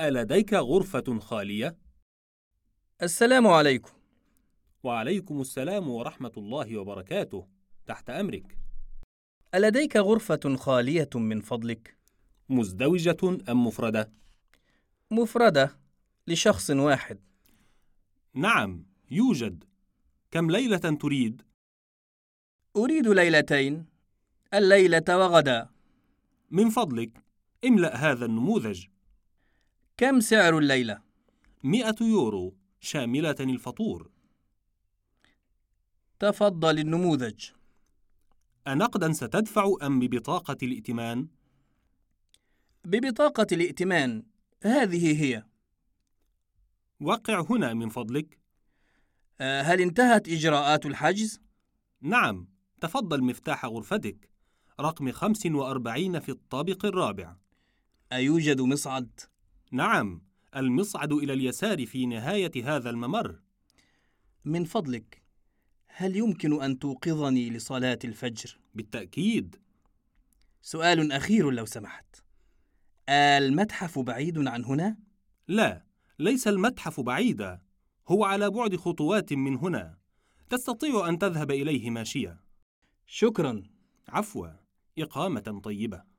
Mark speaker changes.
Speaker 1: ألديك غرفة خالية؟
Speaker 2: السلام عليكم
Speaker 1: وعليكم السلام ورحمة الله وبركاته تحت أمرك
Speaker 2: ألديك غرفة خالية من فضلك؟
Speaker 1: مزدوجة أم مفردة؟
Speaker 2: مفردة لشخص واحد
Speaker 1: نعم يوجد كم ليلة تريد؟
Speaker 2: أريد ليلتين الليلة وغدا
Speaker 1: من فضلك املأ هذا النموذج
Speaker 2: كم سعر الليلة؟
Speaker 1: 100 يورو شاملة الفطور
Speaker 2: تفضل النموذج
Speaker 1: أنقدا ستدفع أم ببطاقة الائتمان؟
Speaker 2: ببطاقة الائتمان هذه هي
Speaker 1: وقع هنا من فضلك
Speaker 2: آه، هل انتهت إجراءات الحجز؟
Speaker 1: نعم تفضل مفتاح غرفتك رقم 45 في الطابق الرابع
Speaker 2: أيوجد مصعد؟
Speaker 1: نعم المصعد إلى اليسار في نهاية هذا الممر
Speaker 2: من فضلك هل يمكن أن توقظني لصلاة الفجر؟
Speaker 1: بالتأكيد
Speaker 2: سؤال أخير لو سمحت المتحف بعيد عن هنا؟
Speaker 1: لا ليس المتحف بعيدا هو على بعد خطوات من هنا تستطيع أن تذهب إليه ماشية
Speaker 2: شكراً
Speaker 1: عفوا إقامة طيبة